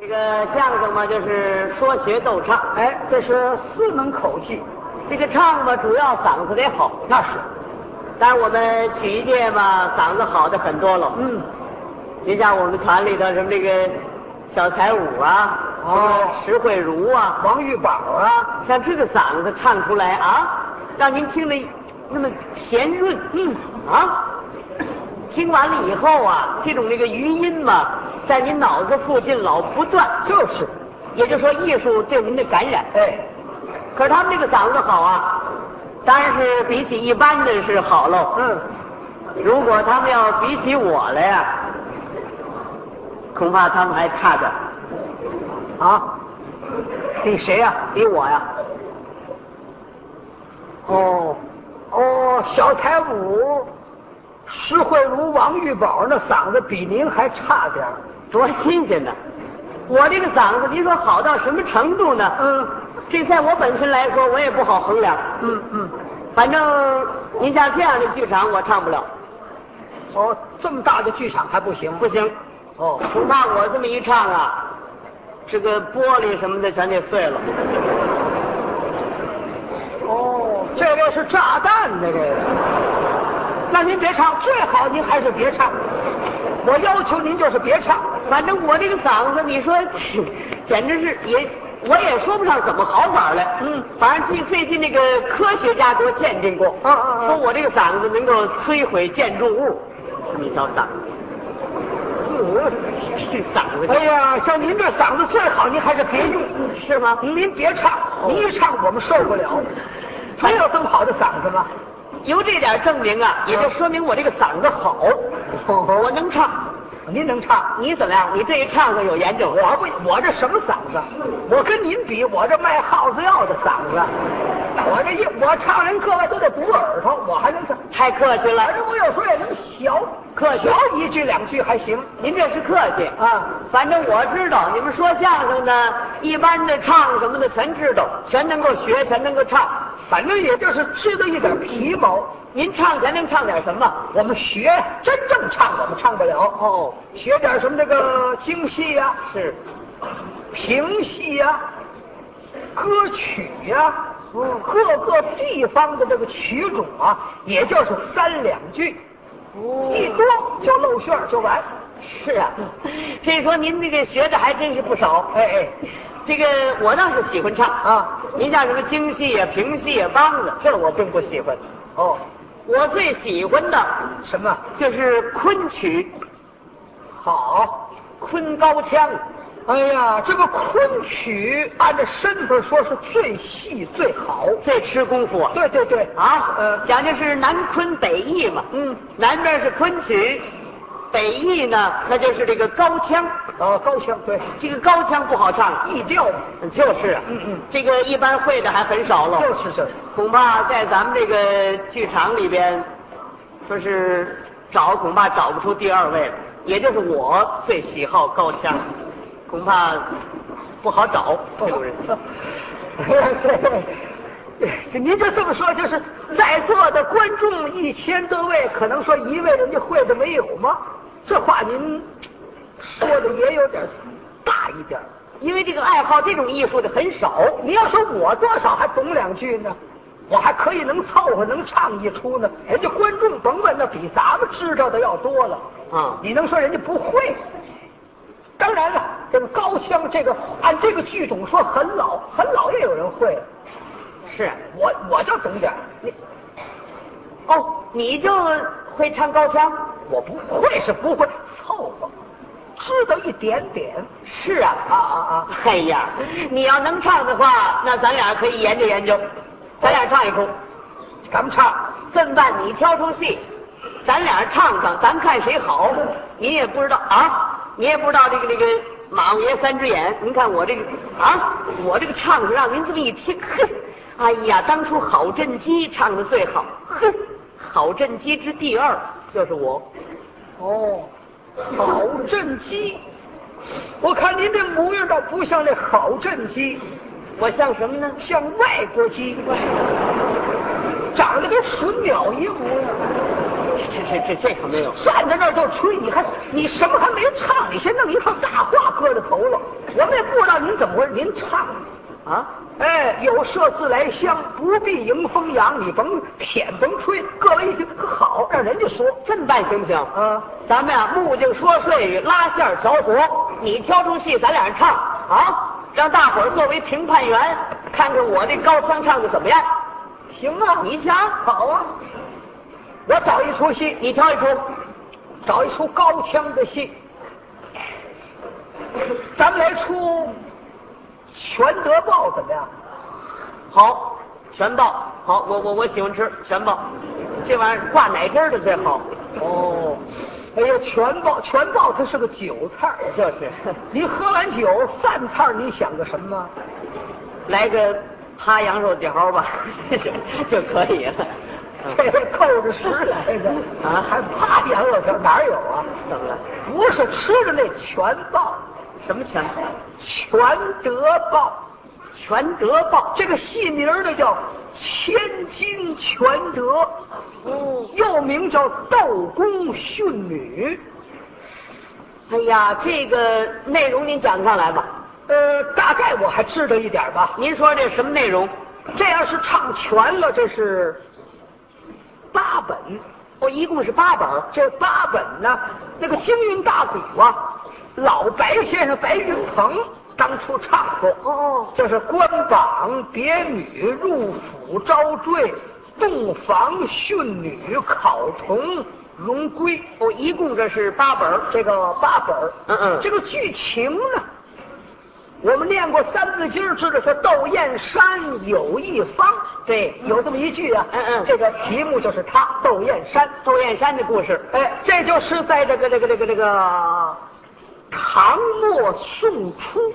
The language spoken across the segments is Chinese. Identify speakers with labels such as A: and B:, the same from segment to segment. A: 这个相声嘛，就是说学逗唱，
B: 哎，这是四门口技，
A: 这个唱吧，主要嗓子得好。
B: 那是。
A: 当然，我们曲艺界嘛，嗓子好的很多了。
B: 嗯，
A: 您像我们团里头什么这个小彩舞啊，
B: 哦
A: 什么石慧茹啊，
B: 王玉宝啊，
A: 像这个嗓子唱出来啊，让您听着那么甜润，嗯啊，听完了以后啊，这种这个余音嘛，在您脑子附近老不断，
B: 就是。
A: 也就是说艺术对您的感染。
B: 哎，
A: 可是他们这个嗓子好啊，当然是比起一般的是好喽。
B: 嗯，
A: 如果他们要比起我来呀，恐怕他们还差点儿，
B: 啊，比谁呀、
A: 比啊我呀。
B: 哦，哦，小彩舞、石慧茹、王玉宝那嗓子比您还差点儿
A: 多新鲜呐！我这个嗓子，您说好到什么程度呢？
B: 嗯，
A: 这在我本身来说，我也不好衡量。
B: 嗯嗯，
A: 反正您像这样的剧场，我唱不了，
B: 哦，这么大的剧场还不行？
A: 不行，
B: 哦，
A: 恐怕我这么一唱啊，这个玻璃什么的全得碎了。
B: 哦，这个是炸弹呢，这个。哦那您别唱，最好您还是别唱。我要求您就是别唱。
A: 反正我这个嗓子，你说， 简直是也，我也说不上怎么好法儿来。
B: 嗯，
A: 反正最最近那个科学家给我鉴定过，
B: 啊啊啊
A: 说我这个嗓子能够摧毁建筑物，这么一条嗓子，这嗓子。
B: 哎呀，像您这嗓子最好，您还是别用，是吗？您别唱，您一唱我们受不了。哦还有这么好的嗓子吗？
A: 由这点证明啊，
B: 嗯
A: 也就说明我这个嗓子好，
B: 哦
A: 我能唱。
B: 您能唱？
A: 你怎么样？你对于唱歌有研究？
B: 我不，我这什么嗓子？我跟您比，我这卖耗子药的嗓子，我这一我唱人各位都得堵耳朵，我还能唱。
A: 太客气
B: 反
A: 了，
B: 正我有时候也能小
A: 客气
B: 小一句两句还行
A: 您这是客气。
B: 啊。
A: 反正我知道，你们说相声的，一般的唱什么的全知道，全能够学，全能够唱。
B: 反正也就是吃的一点皮毛。
A: 您唱前能唱点什么？
B: 我们学真正唱，我们唱不了哦，学点什么这个京戏啊呀、
A: 哦是，
B: 评戏呀、歌曲呀、各个地方的这个曲种啊，也就是三两句，一多就露馅儿就完。
A: 是啊。 所以说您这个学的还真是不少。
B: 哎哎，
A: 这个我倒是喜欢唱
B: 啊。
A: 您像什么京戏呀、评戏呀、梆子，这我并不喜欢。
B: 哦，
A: 我最喜欢的
B: 什么
A: 就是昆曲，
B: 好？
A: 昆高腔。
B: 哎呀，这个昆曲按照身份说是最细最好。
A: 最吃功夫啊。
B: 对对对，
A: 啊，
B: 呃
A: 讲究是南昆北弋嘛。
B: 嗯，
A: 南边是昆曲，北弋呢，那就是这个高腔。
B: 啊，高腔对，
A: 这个高腔不好唱，
B: 一调
A: 就是啊，
B: 嗯嗯
A: 这个一般会的还很少了。
B: 就是这。
A: 恐怕在咱们这个剧场里边，说是找恐怕找不出第二位了，也就是我最喜好高腔，恐怕不好找这种人。
B: 哎呀，这这您就这么说，就是在座的观众一千多位，可能说一位人家会的没有吗？这话您说的也有点大一点儿。
A: 因为这个爱好这种艺术的很少，
B: 哦，你要说我多少还懂两句呢，我还可以能凑合能唱一出呢。人家观众甭问，那比咱们知道的要多了。
A: 嗯
B: 你能说人家不会？当然了，这个高腔这个按这个剧种说很老，很老也有人会。
A: 是。啊
B: 我我就懂点儿你
A: 哦，你就会唱高腔？
B: 我不会是不会，凑合，知道一点点。
A: 是啊，
B: 啊啊啊！
A: 哎呀，你要能唱的话，那咱俩可以研究研究，咱俩唱一出。
B: 咱们唱，
A: 这么办？你挑出戏，咱俩唱唱，咱看谁好。您也不知道啊，你也不知道这个这个马王爷三只眼。您看我这个啊，我这个唱着让您这么一听，哼，哎呀，当初郝振基唱的最好，哼，郝振基之第二就是我。
B: 哦，郝振基，我看您这模样倒不像那郝振基，
A: 我像什么呢？
B: 像外国鸡，长得跟水鸟一模样，
A: 这这这这可没有。
B: 站在那儿就吹，你还你什么还没唱，你先弄一套大话搁在头了，我道您怎么回事，您唱啊，哎，有麝自来香，不必迎风扬，你甭舔甭吹。各位一听，可好，让人家说，
A: 这么办行不行？
B: 嗯
A: 咱们啊，木匠说睡语，拉线儿调活，你挑出戏，咱俩人唱啊，让大伙儿作为评判员，看看我这高腔唱的怎么样。
B: 行啊，
A: 你想，
B: 好啊，我找一出戏，
A: 你挑一出，
B: 找一出高腔的戏，咱们来出《全德报》怎么样？
A: 好，全报，好，我我我喜欢吃全报，这玩意儿挂奶汁儿的最好。
B: 哦，哎呀，全报全报它是个酒菜儿，这是。你喝完酒，饭菜儿你想个什么？
A: 来个哈羊肉条吧，就可以了。嗯
B: 这扣着食来的
A: 啊
B: 还怕羊肉条哪儿有啊？
A: 怎么了？
B: 不是吃的那全报，
A: 什么全
B: 全德报。
A: 全德报？
B: 这个戏名儿呢叫《千金全德》，
A: 哦
B: 又名叫《斗公训女
A: 哎呀，这个内容您讲上来吧。》。
B: 呃，大概我还知道一点儿吧。
A: 您说这什么内容？
B: 这要是唱全了，这是八本。哦
A: 我一共是八本儿，
B: 这八本呢，那个京韵大鼓啊，老白先生白云鹏当初唱过。
A: 哦
B: 就是官榜、别女、入府、招赘、洞房、训女、考童、荣归。哦
A: 我一共这是八本儿。
B: 这个八本儿
A: 嗯嗯
B: 这个剧情呢，我们念过三字经儿，知道说窦燕山有一方，
A: 对
B: 有这么一句啊，
A: 嗯嗯
B: 这个题目就是他窦燕山，
A: 窦燕山的故事，
B: 哎，这就是在这个这个这个这个唐末宋初，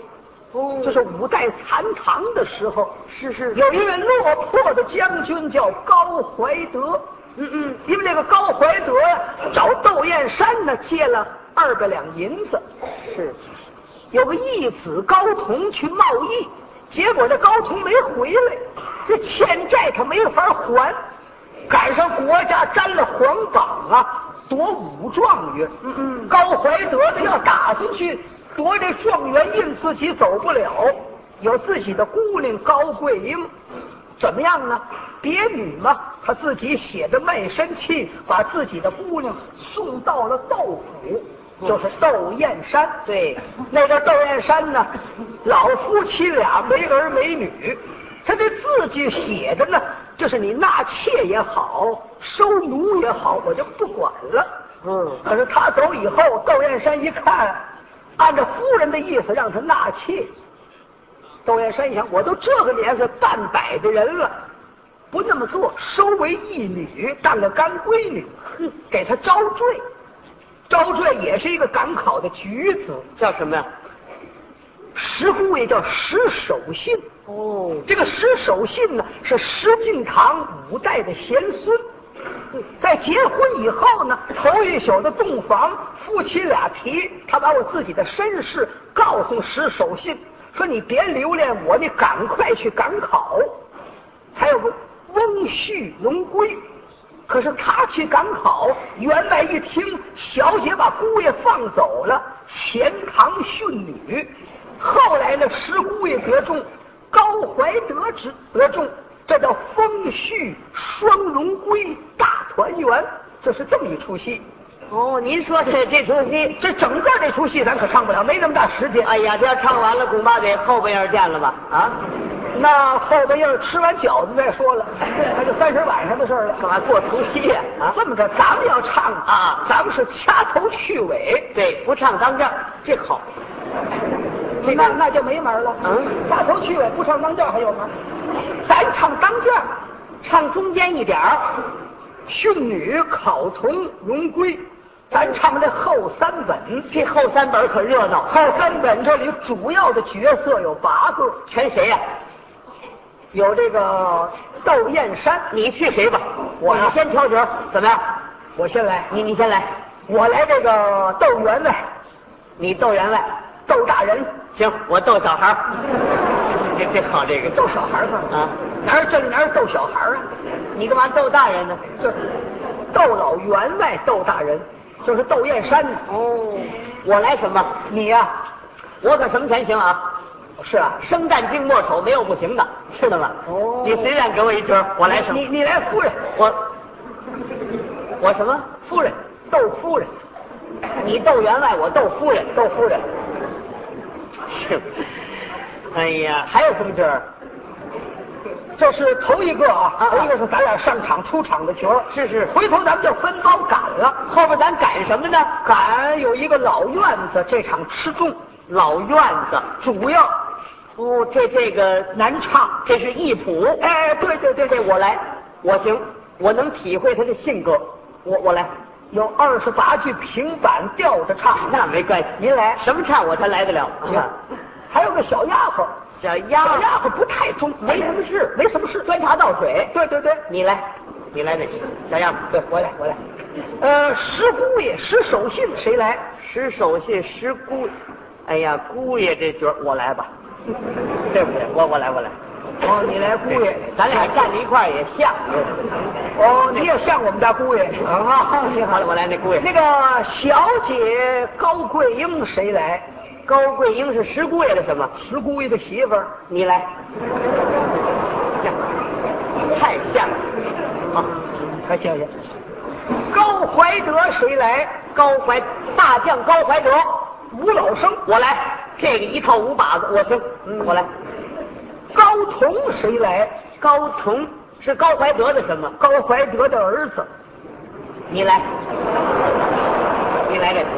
A: 哦
B: 就是五代残唐的时候，
A: 是是
B: 有一位落魄的将军叫高怀德，
A: 嗯嗯，
B: 因为这个高怀德呀找窦燕山呢借了二百两银子，
A: 嗯是
B: 有个义子高同去贸易，结果这高同没回来，这欠债他没法还，赶上国家沾了皇榜啊，夺武状元。
A: 嗯嗯
B: 高怀德呢要打算去夺这状元印，自己走不了，有自己的姑娘高桂英，怎么样呢？别女嘛，他自己写着卖身契，把自己的姑娘送到了窦府，就是窦燕山。
A: 对，
B: 那个窦燕山呢，老夫妻俩没儿没女，他这字据写的呢，就是你纳妾也好，收奴也好，我就不管了。
A: 嗯
B: 可是他走以后，窦燕山一看，按照夫人的意思让他纳妾。窦燕山一想，我都这个年岁半百的人了，不那么做，收为义女，当个干闺女，哼给他招赘。招赘也是一个赶考的举子，
A: 叫什么呀？
B: 石姑也叫石守信。
A: 哦
B: 这个石守信呢，是石敬瑭五代的贤孙。在结婚以后呢，头一宿的洞房，夫妻俩提，他把我自己的身世告诉石守信，说你别留恋我，你赶快去赶考。才有个翁婿荣归。可是他去赶考，员外一听，小姐把姑爷放走了，钱塘训女。后来呢，石姑爷得中，高怀德之得中，这叫风婿双荣归大团圆，这是这么一出戏。
A: 哦，您说的这出戏，
B: 这整个这出戏咱可唱不了，没那么大时间。
A: 哎呀，这要唱完了，恐怕得后半夜见了吧？啊，
B: 那后半夜吃完饺子再说了， 那就三十晚上的事儿了。
A: 干嘛过除夕呀？啊，
B: 这么着，咱们要唱
A: 啊
B: 咱们是掐头去尾，
A: 对，不唱当调，这好。 这
B: 那
A: 个
B: 那就没门了。
A: 嗯，
B: 掐头去尾不唱当调还有吗？咱唱当调，
A: 唱中间一点儿，
B: 训女、考童、荣归，咱唱这后三本。
A: 这后三本可热闹，
B: 后三本这里主要的角色有八个，
A: 全谁呀、
B: 有这个窦燕山，
A: 你去谁吧？
B: 我呀
A: 你先挑角儿，怎么样？
B: 我先来，
A: 你你先来，
B: 我来这个窦员外，
A: 你逗员外。
B: 窦大人，
A: 行，我逗小孩 儿，这这好这个。
B: 窦小孩儿嘛，
A: 啊，
B: 哪儿正哪儿逗小孩儿啊？
A: 你干嘛逗大人呢？
B: 这窦老员外窦大人，就是窦燕山呢。
A: 哦，我来什么？
B: 你呀、
A: 我可什么全行啊？
B: 是啊，
A: 生旦净末丑没有不行的，知道吗？
B: 哦
A: 你随便给我一圈，我来
B: 你
A: 生。
B: 你来夫人，
A: 我我什么？
B: 夫人窦夫人，
A: 你斗员外，我斗夫人。
B: 窦夫人，
A: 是。哎呀，还有什么事儿？
B: 这是头一个啊，
A: 啊
B: 头一个是咱俩上场出场的球，
A: 是是
B: 回头咱们就分包赶了。
A: 后边咱赶什么呢？
B: 赶有一个老院子，这场吃重，
A: 老院子。
B: 主要
A: 哦，这这个
B: 难唱。
A: 这是艺谱。
B: 哎，对对对
A: 这
B: 对，
A: 我来，我行，我能体会他的性格。我我来，
B: 有二十八句平板吊着唱，
A: 那没关系。
B: 您来。
A: 什么唱我才来得了？
B: 行，还有个小丫鬟，
A: 小丫
B: 小丫
A: 鬟，
B: 鬟不太中，没什么事，没什么事。哎
A: 端茶倒水。
B: 对对对，
A: 你来，你来那个小丫鬟，
B: 对，我来我来。呃，石姑爷、石守信谁来？
A: 石守信、石姑，哎呀，姑爷这角儿我来吧， 对不对？我我来我来，
B: 哦，你来姑爷，
A: 咱俩站在一块儿也像。
B: 哦，你也像我们家姑爷啊
A: 哦好。了，我来那姑爷。
B: 那个小姐高桂英谁来？
A: 高桂英是石姑爷的什么？
B: 石姑爷的媳妇儿。
A: 你来，像，太像了。好，
B: 还行行。高怀德谁来？
A: 高怀大将高怀德，
B: 吴老生。
A: 我来。这个一套五把子，我行，
B: 嗯
A: 我来。
B: 高同谁来？
A: 高崇是高怀德的什么？
B: 高怀德的儿子。
A: 你来，你来这个。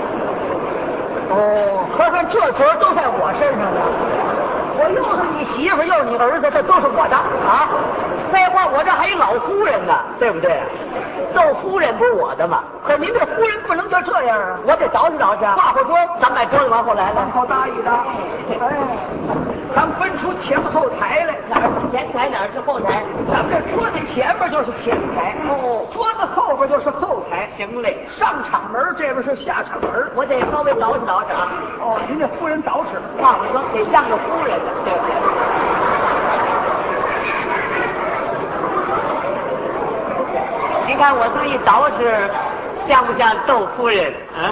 B: 哦，合算这角儿都在我身上了。我又是你媳妇儿，又是你儿子，这都是我的啊！
A: 废话，我这还有老夫人呢，对不对啊？揍夫人不是我的吗？
B: 可您这夫人不能就这样啊！
A: 我得捯饬捯饬啊，
B: 化化妆，
A: 咱把桌子往后来来。
B: 好搭一搭。哎，咱们分出前后台来，
A: 哪儿是前台，哪儿是后台？
B: 咱们这桌子前边就是前台，
A: 哦
B: 桌子后边就是后台。
A: 行嘞，
B: 上场门儿这边是下场门儿。
A: 我得稍微捯饬捯饬啊，
B: 哦，您这夫人捯饬，
A: 化化妆得像个夫人呢，对不对？您看我这么一捯饬，像不像窦夫人？啊？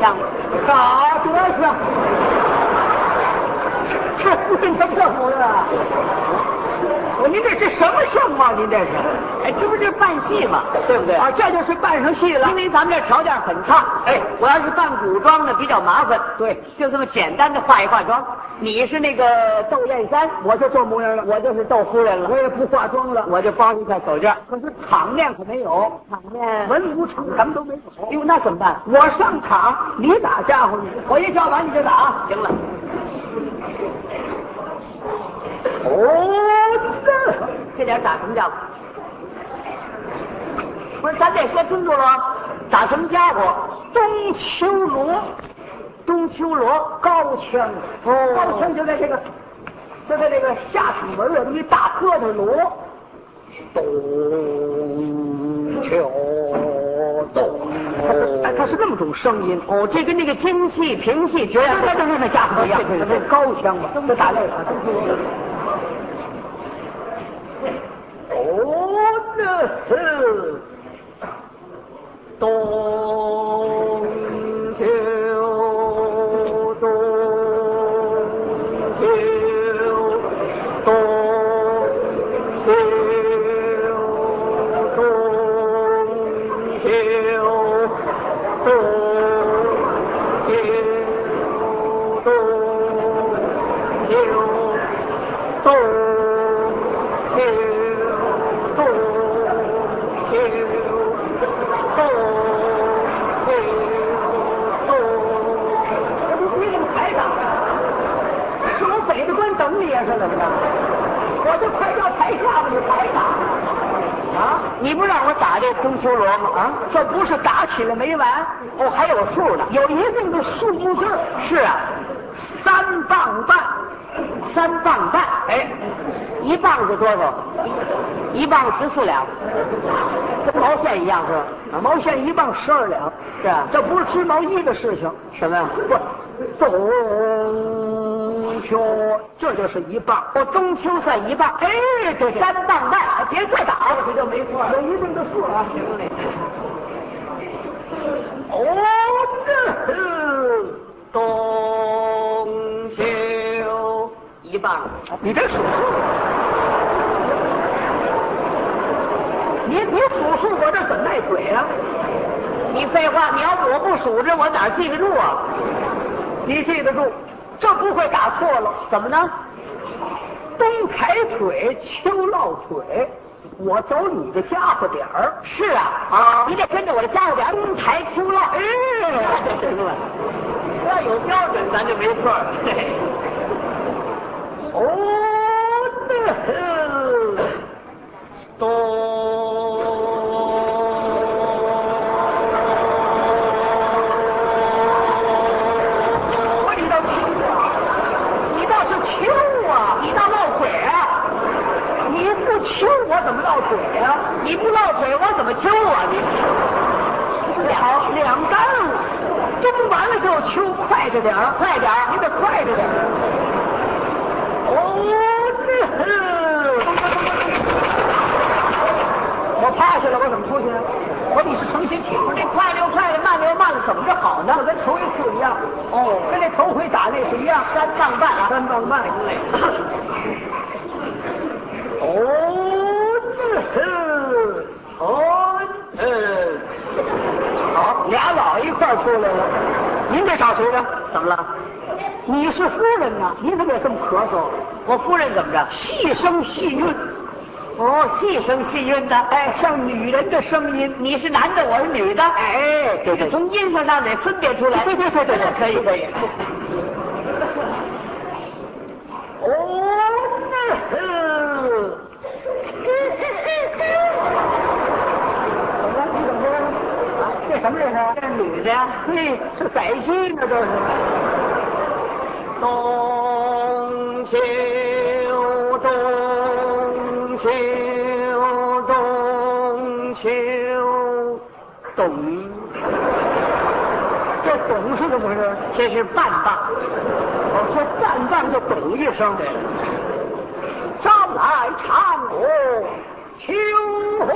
A: 像吗？
B: 好德行。这夫人怎么这不是啊？我您这是什么相貌？啊您这是
A: 哎，这不是办戏嘛，对不对？
B: 啊？这就是扮上戏了
A: 因。为咱们这条件很差，
B: 哎
A: 我要是扮古装呢比较麻烦，
B: 对，
A: 就这么简单的化一化妆。你是那个窦燕山，
B: 我就这模样了，
A: 我就是窦夫人了，
B: 我也不化妆了。
A: 我就包一块手绢。
B: 可是场面可没有，
A: 场面，
B: 文武场咱们都没有。
A: 哟，那怎么办？
B: 我上场，你打家伙你，我一叫板你就打。
A: 行了，
B: 哦，这
A: 这点打什么家伙？不是，咱得说清楚了，打什么家伙？
B: 东秋罗，
A: 东秋罗，
B: 高腔，
A: 哦
B: 高腔就在这个，就在这个下场门有这么一大疙瘩锣，嗯
A: 东秋
B: 哎，它是那么种声音。
A: 哦，这跟那个京戏、评戏绝
B: 对对
A: 啊对
B: 对对对，家伙一样，这是高腔吧？这打擂了。哦，那是
A: 冬秋冬秋冬秋冬秋冬秋冬秋。冬秋冬秋冬秋冬，
B: 这不归你们台长吗？是我北子关等你呀，是怎么着？我这快到台下了，你台长啊？
A: 你不让我打这中秋罗吗？啊，
B: 这不是打起来没完，
A: 哦，还有数呢。
B: 有一定的数目字儿，
A: 是啊，
B: 三磅半。
A: 三磅半，
B: 哎，
A: 一磅是多少？一磅十四两，跟毛线一样是吧？
B: 毛线一磅十二两，
A: 是啊，
B: 这不是织毛衣的事情。
A: 什么呀？
B: 不，冬秋，这就是一磅。
A: 我中秋算一磅，哎，这三磅半，别再打了，这就没错
B: 有一定的数啊。
A: 行嘞。
B: 哦，这是嗯
A: 冬一棒子。
B: 你别数数，你你数数我这怎卖嘴啊？
A: 你废话，你要我不数着，我哪记得住啊？
B: 你记得住，这不会打错了。
A: 怎么呢？
B: 东抬腿，秋落嘴，我走你的家伙点儿。
A: 是啊，
B: 啊
A: 你得跟着我的家伙点东抬秋落， 嗯，那就行了。要有标准，咱就没错了。嘿嘿
B: 哦，那呵我你倒轻啊，你倒是轻啊，你倒落腿啊，你不轻我怎么落腿啊？
A: 你不落腿，我怎么秋啊？你
B: 两两杆儿，这不完了就秋，快着点儿，快点儿，你得快着点儿。哦，这我趴下了，我怎么出去啊？我你是重新起，这快了又快了，慢了又慢了，怎么着好呢？跟头一次一样，哦，跟那头回打那是一样，三棒半，啊三棒半，哦，这呵，哦，
A: 嗯，
B: 好，俩老一块儿出来了，您这找谁呢？
A: 怎么了？
B: 你是夫人呐，你怎么也这么咳嗽？
A: 我夫人怎么着？
B: 细声细韵，
A: 哦，细声细韵的，
B: 哎，像女人的声音。
A: 你是男的，我是女的，
B: 哎，对对对
A: 从音色上得分别出来。
B: 对对对对对
A: 可以可以。
B: 哦，那嗯，怎么了？你怎么了？啊，这什么人啊？
A: 这是女的，
B: 嘿，这宰鸡
A: 啊
B: 呢，这是。
A: 冬秋冬秋冬秋冬，
B: 这懂是怎么回事？哦
A: 这是半棒。
B: 我说淡淡就懂一声。山来长谷秋荷，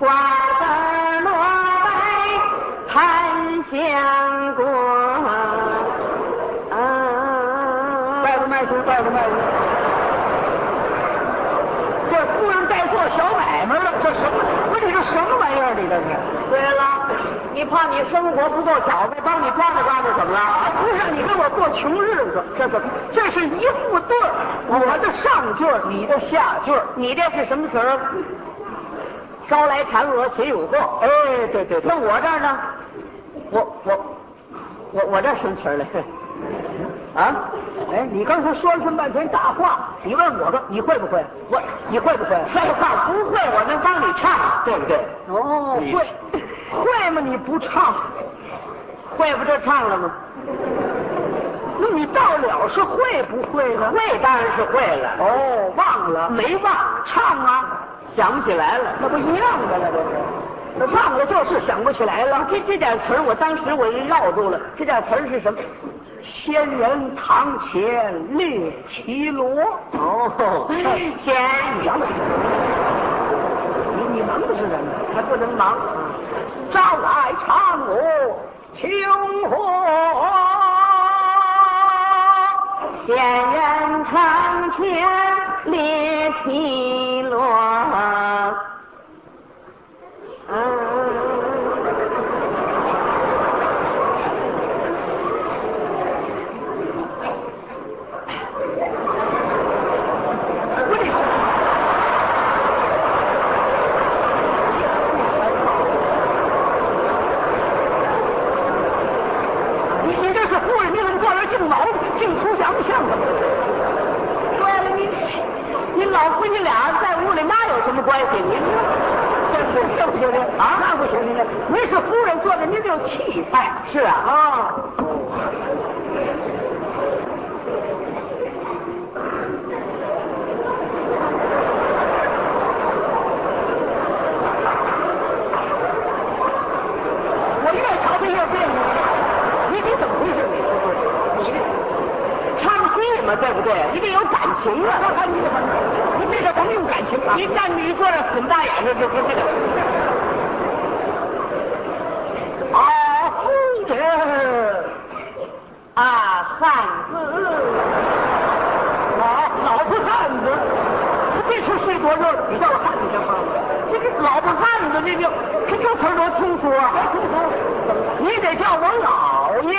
A: 瓜子萝卜檀香果，啊，
B: 外头卖书，外头卖书。这夫人在做小买卖了，这什么？不是你这什么玩意儿？你这是？
A: 对了，你怕你生活不够挑费，帮你抓着抓着怎么了？
B: 不是你跟我过穷日子，这怎么？这是一副对儿，我的上句儿，你的下句儿。
A: 你这是什么词儿？招来嫦娥勤有过。
B: 哎，对对对
A: 那，我这儿呢？
B: 我我
A: 我我这什么词儿来？
B: 啊，哎，你刚才说了这么半天大话，你问我个，你会不会？
A: 我
B: 你会不会？
A: 废话不会，我能帮你唱，对不对？
B: 哦
A: 你
B: 会，会吗？你不唱，
A: 会不就唱了吗？
B: 那你到了是会不会呢？
A: 会当然是会了，
B: 哦，忘了，
A: 没忘，
B: 唱啊，
A: 想不起来了。
B: 那不一样的了，这是。那忘了就是想不起来了。
A: 这这点词儿，我当时我就绕住了。这点词儿是什么？
B: 仙人堂前列绮罗，哎
A: 哦，仙女
B: 娘们你你能不是人吗？
A: 还不能忙。
B: 朝来长谷秋荷，
A: 仙人堂前列绮罗。嗯，
B: 不是你你这是夫人，你怎么坐这儿净毛病，净出洋相怎么？
A: 对了，你你老夫妻俩在屋里那有什么关系？你
B: 这是这不行的啊，那不行的，您是夫人坐着，您这有气派。
A: 是啊，
B: 啊。我越瞧他越别扭，你你怎么回事？你这不是你这
A: 唱戏嘛，对不对？你得有感情
B: 我
A: 啊。
B: 看看你怎么，你这叫什么用感情啊？
A: 一站着一坐着，死不大眼睛，这不这个。
B: 啊，夫人，多肉的，你叫我汉子像话吗？这个老婆汉子，这就这这词儿多通俗啊！通俗，你得叫我老爷。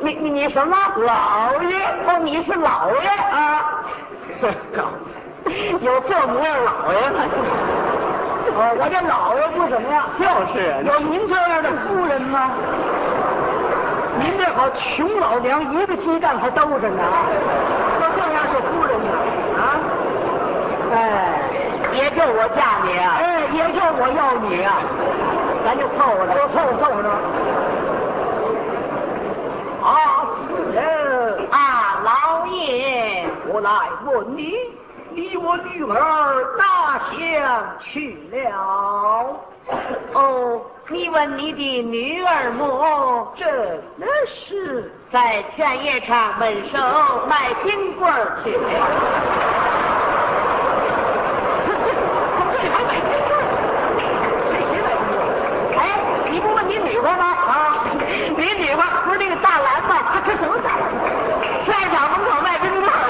B: 你你你什么老爷？哦，你是老爷啊？有这模样老爷吗？哦，我这老爷不什么呀？
A: 就是啊
B: 有您这样的夫人吗？您这好穷老娘一个鸡蛋还兜着呢，都这样是夫人呢啊！哎，
A: 也就我嫁你啊，
B: 哎，也就我要你啊，
A: 咱就凑合
B: 都
A: 着。
B: 凑合凑合着。啊，夫人，
A: 啊，老爷，
B: 我来问你，你我女儿哪乡去了？
A: 哦，你问你的女儿母
B: 真是。
A: 在劝业场门首卖冰棍儿去。
B: 这还买冰棍儿？谁谁买冰棍儿？哎，你不问你女儿吗？啊，你女儿不是那个大蓝吗？她她什么大蓝？菜场门口卖冰棍儿，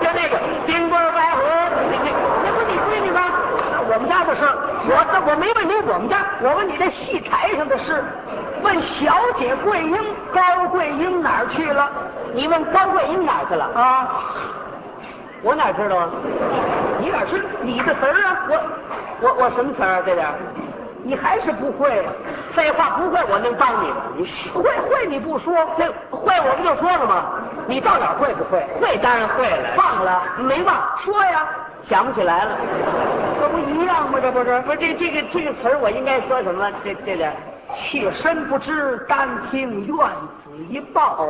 B: 就那个冰棍儿白胡，那不你闺女吗？我们家的事儿，我我没问你我们家，我问你这戏台上的事，问小姐桂英、高桂英哪儿去了？
A: 你问高桂英哪儿去了？
B: 啊，我哪知道啊？你哪知道你的词儿啊？我我我什么词儿啊？这点儿你还是不会啊？
A: 废话不会，我能帮你吗？你
B: 会会你不说，这会我不就说了吗？你到哪儿会不会？
A: 会当然会了，
B: 忘了
A: 没忘，
B: 说呀，
A: 想不起来了。
B: 这不一样吗？这不是
A: 不是这这个这个词儿，我应该说什么？这这点儿
B: 妾身不知，单听院子一报。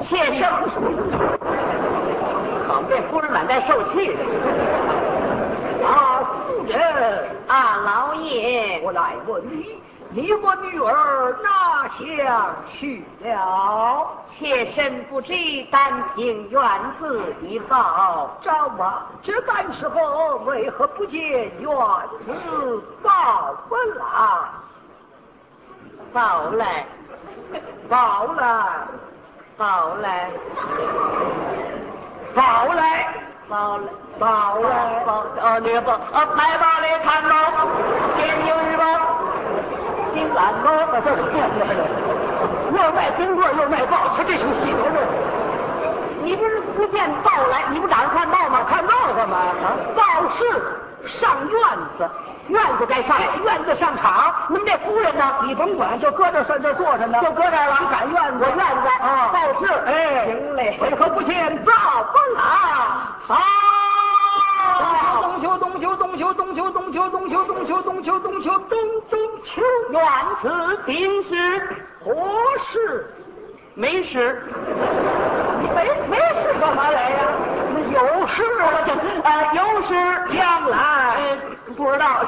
A: 妾身，好，这夫人满带受气的
B: 啊，夫人，
A: 啊，老爷，
B: 我来问你，你我女儿哪乡去了？
A: 妾身不知，单凭院子一报。
B: 赵王，这干时候为何不见元子报恩啊来？
A: 报来，
B: 报来，
A: 报来，
B: 报来，
A: 报来。
B: 报
A: 报
B: 来！
A: 哦，那个报哦，白报嘞，看报，天津日报，新兰报，
B: 我这是变的了，又卖冰棍儿又卖报，这这出戏多热！
A: 你不是不见报来，你不赶上看报吗？
B: 看报干嘛啊？报事上院子，院子在上，院子上场。你们这夫人呢？你甭管，就搁这儿算这坐着呢，就搁这儿了。你赶院子，
A: 我院子
B: 啊，
A: 报事
B: 哎，
A: 行嘞
B: 为何不见赵官来？
A: 好，
B: 冬秋冬秋冬秋冬秋冬秋冬秋冬秋冬秋冬秋冬秋冬冬秋，
A: 原词平嗯时
B: 何事？
A: 没时，
B: 你没没事干嘛来呀？有事啊！
A: 呃，有时
B: 将来
A: 呃不知道，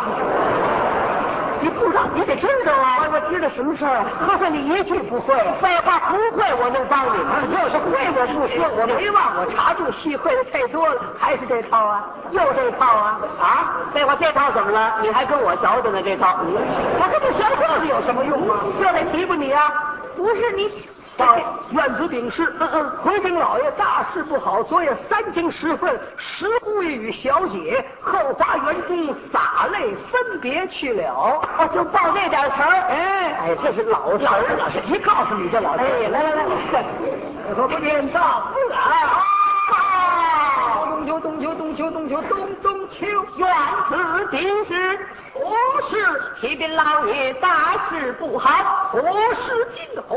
B: 你不知道，你得知道啊！
A: 我知道什么事儿啊？
B: 合算你一句不会。
A: 废话不会，我能帮你吗？
B: 要是会我不说，我没忘，我查住戏会的太多了，还是这套啊，又这套啊啊！
A: 啊，废话这套怎么了？你还跟我学着呢，这套，嗯你
B: 我跟你学这个有什么用啊？
A: 这得提拔你啊！不是你，
B: 到院子禀事，嗯嗯，回禀老爷，大事不好，昨夜三更时分，石姑爷与小姐后花园中洒泪分别去了。
A: 我就报这点词儿。
B: 哎哎，这是老词儿了，谁告诉你这老词
A: 哎
B: 哎，
A: 来
B: 来
A: 来
B: 来
A: 来
B: 来，我不见大不来。冬秋冬秋冬秋冬秋冬冬秋，
A: 原词平时
B: 何事
A: 启禀老爷，大事不好。
B: 何事尽火？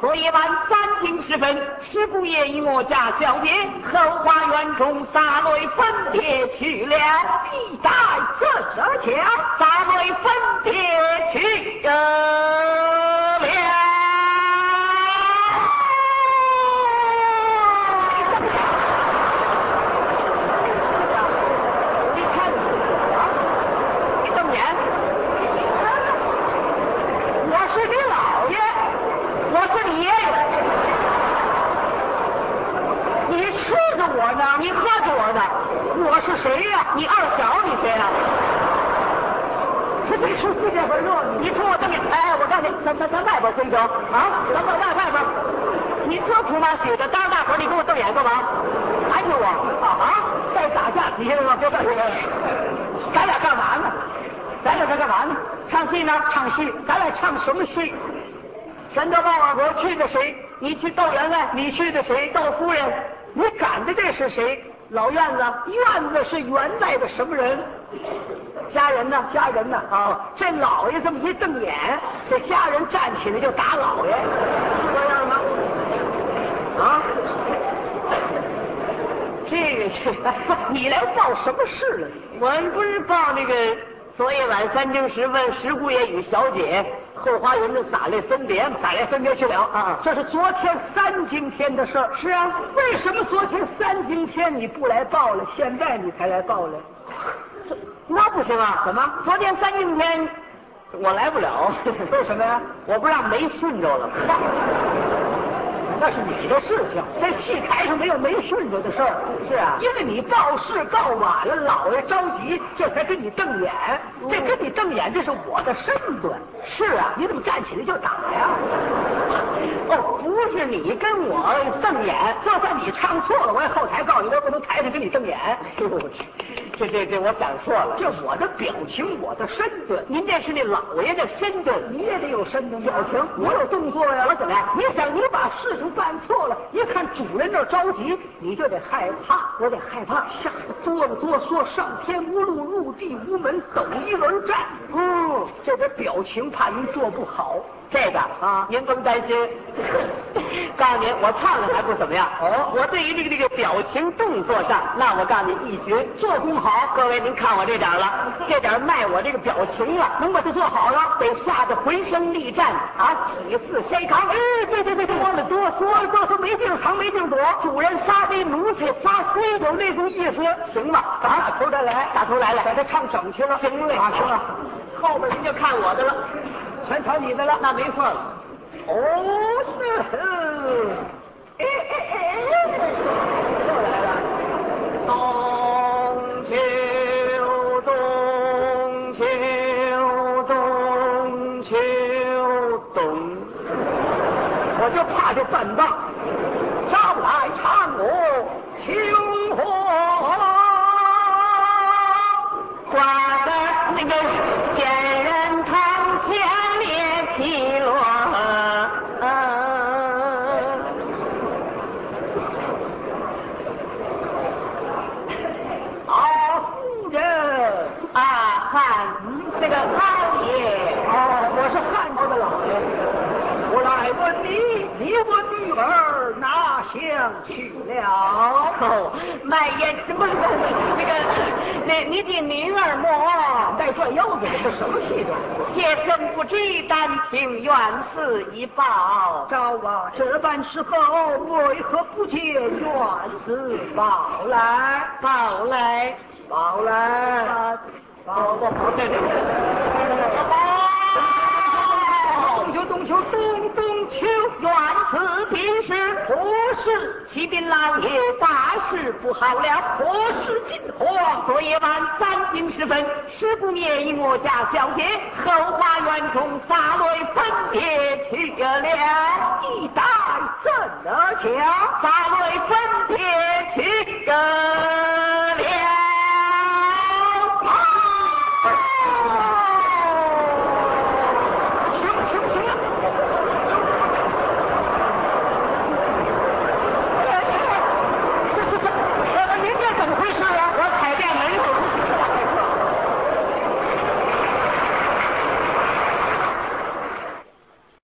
A: 昨夜晚三更时分，师姑爷与我家小姐后花园中洒泪分别去了，
B: 必待震而强。
A: 洒泪分别去了。
B: 你看你啊，瞪眼，我是你姥爷，我是你爷爷，你吃着我呢，你喝着我呢，我是谁呀、
A: 你二小，你谁呀、
B: 这这出戏这会热闹，
A: 你冲我瞪眼！哎，我告诉你，咱咱咱外边真行啊！咱到外外边，你你这苦马许的，当着大伙儿你跟我瞪眼干嘛？寒碜我啊！
B: 再打架，你先让别干什么？咱俩干嘛呢？咱俩在干嘛呢？
A: 唱戏呢？
B: 唱戏，咱俩唱什么戏？
A: 神都忘我国
B: 去的谁？
A: 你去窦员外，
B: 你去的谁？
A: 窦夫人，
B: 你赶的这是谁？
A: 老院子
B: 哎院子是元代的什么人？
A: 家人呢？
B: 家人呐啊！这老爷这么一瞪眼，这家人站起来就打老爷，
A: 是这样吗？啊，这个是，
B: 不， 你来报什么事了？
A: 我们不是报那个昨夜晚三更时问石姑爷与小姐后花园的洒泪分别吗？
B: 打来分别去了
A: 啊
B: 这是昨天三更天的事儿。
A: 是啊，
B: 为什么昨天三更天你不来报了，现在你才来报来？
A: 那不行啊！
B: 怎么
A: 昨天三更天我来不了，
B: 为什么呀？
A: 我不让梅顺着了。
B: 那是你的事情，在戏台上没有没顺着的事儿。
A: 是啊
B: 因为你报事告晚了，老爷着急，这才跟你瞪眼。这跟你瞪眼，这是我的身段。
A: 是啊，
B: 你怎么站起来就打呀？
A: 哦，不是你跟我瞪眼，
B: 就算你唱错了，我也后台告你，我也不能台上跟你瞪 眼。
A: 哎呦我去，这这这我想错了。
B: 这我的表情，我的身段，
A: 您这是那老爷的身段，
B: 你也得有身段、
A: 表情
B: 我有动作呀。
A: 我怎么样
B: 你想，你把事情办错了，一看主人那儿着急，你就得害怕，
A: 我得害怕。
B: 吓得哆了哆嗦，上天无路，入地无门，抖一轮战。
A: 嗯，
B: 哦这点表情怕您做不好。
A: 这个
B: 啊
A: 您甭担心。 告诉您，我唱的还不怎么样。
B: 哦
A: 我对于这个这个表情动作上，那我告诉你一绝，做工好。各位您看我这点儿了，这点儿卖我这个表情了，能把它做好了，得吓得浑身力战啊，起似筛糠。哎，对对对对，忘了多说了多说，没地儿藏，没地儿躲。主人撒杯，奴才撒灰，有那种意思，行吧？
B: 打
A: 头再来，打头来了，
B: 把它唱整齐了，
A: 行嘞，
B: 啊，行了，，
A: 后边您就看我的了，
B: 全瞧你的了。
A: 那没错了。
B: 哦，是，哎哎哎哎，又来了。
A: 冬秋冬秋冬秋冬，
B: 我就怕这笨蛋，上来唱我清河。
A: 挂的那个仙人堂前列起落。
B: 老夫人，
A: 啊，汉，那个汉爷，
B: 哦，我是汉朝的老爷，我来问你，你我女儿哪乡去了？
A: 哦， 卖烟不是那个，那你的女儿么？
B: 带转腰子的，这什么戏种？
A: 妾身不知，但听院子一报。
B: 赵啊，这般时候为何不见院子宝来？
A: 宝来，
B: 宝来，宝宝宝。
A: 对对对。
B: 冬秋冬秋冬冬秋，
A: 原此便是
B: 何事
A: 启禀老爷，大事不好了！
B: 何事尽欢？
A: 昨夜晚三更时分，师姑爷与我家小姐后花园中洒泪分别去了，
B: 一代怎能强？
A: 洒泪分别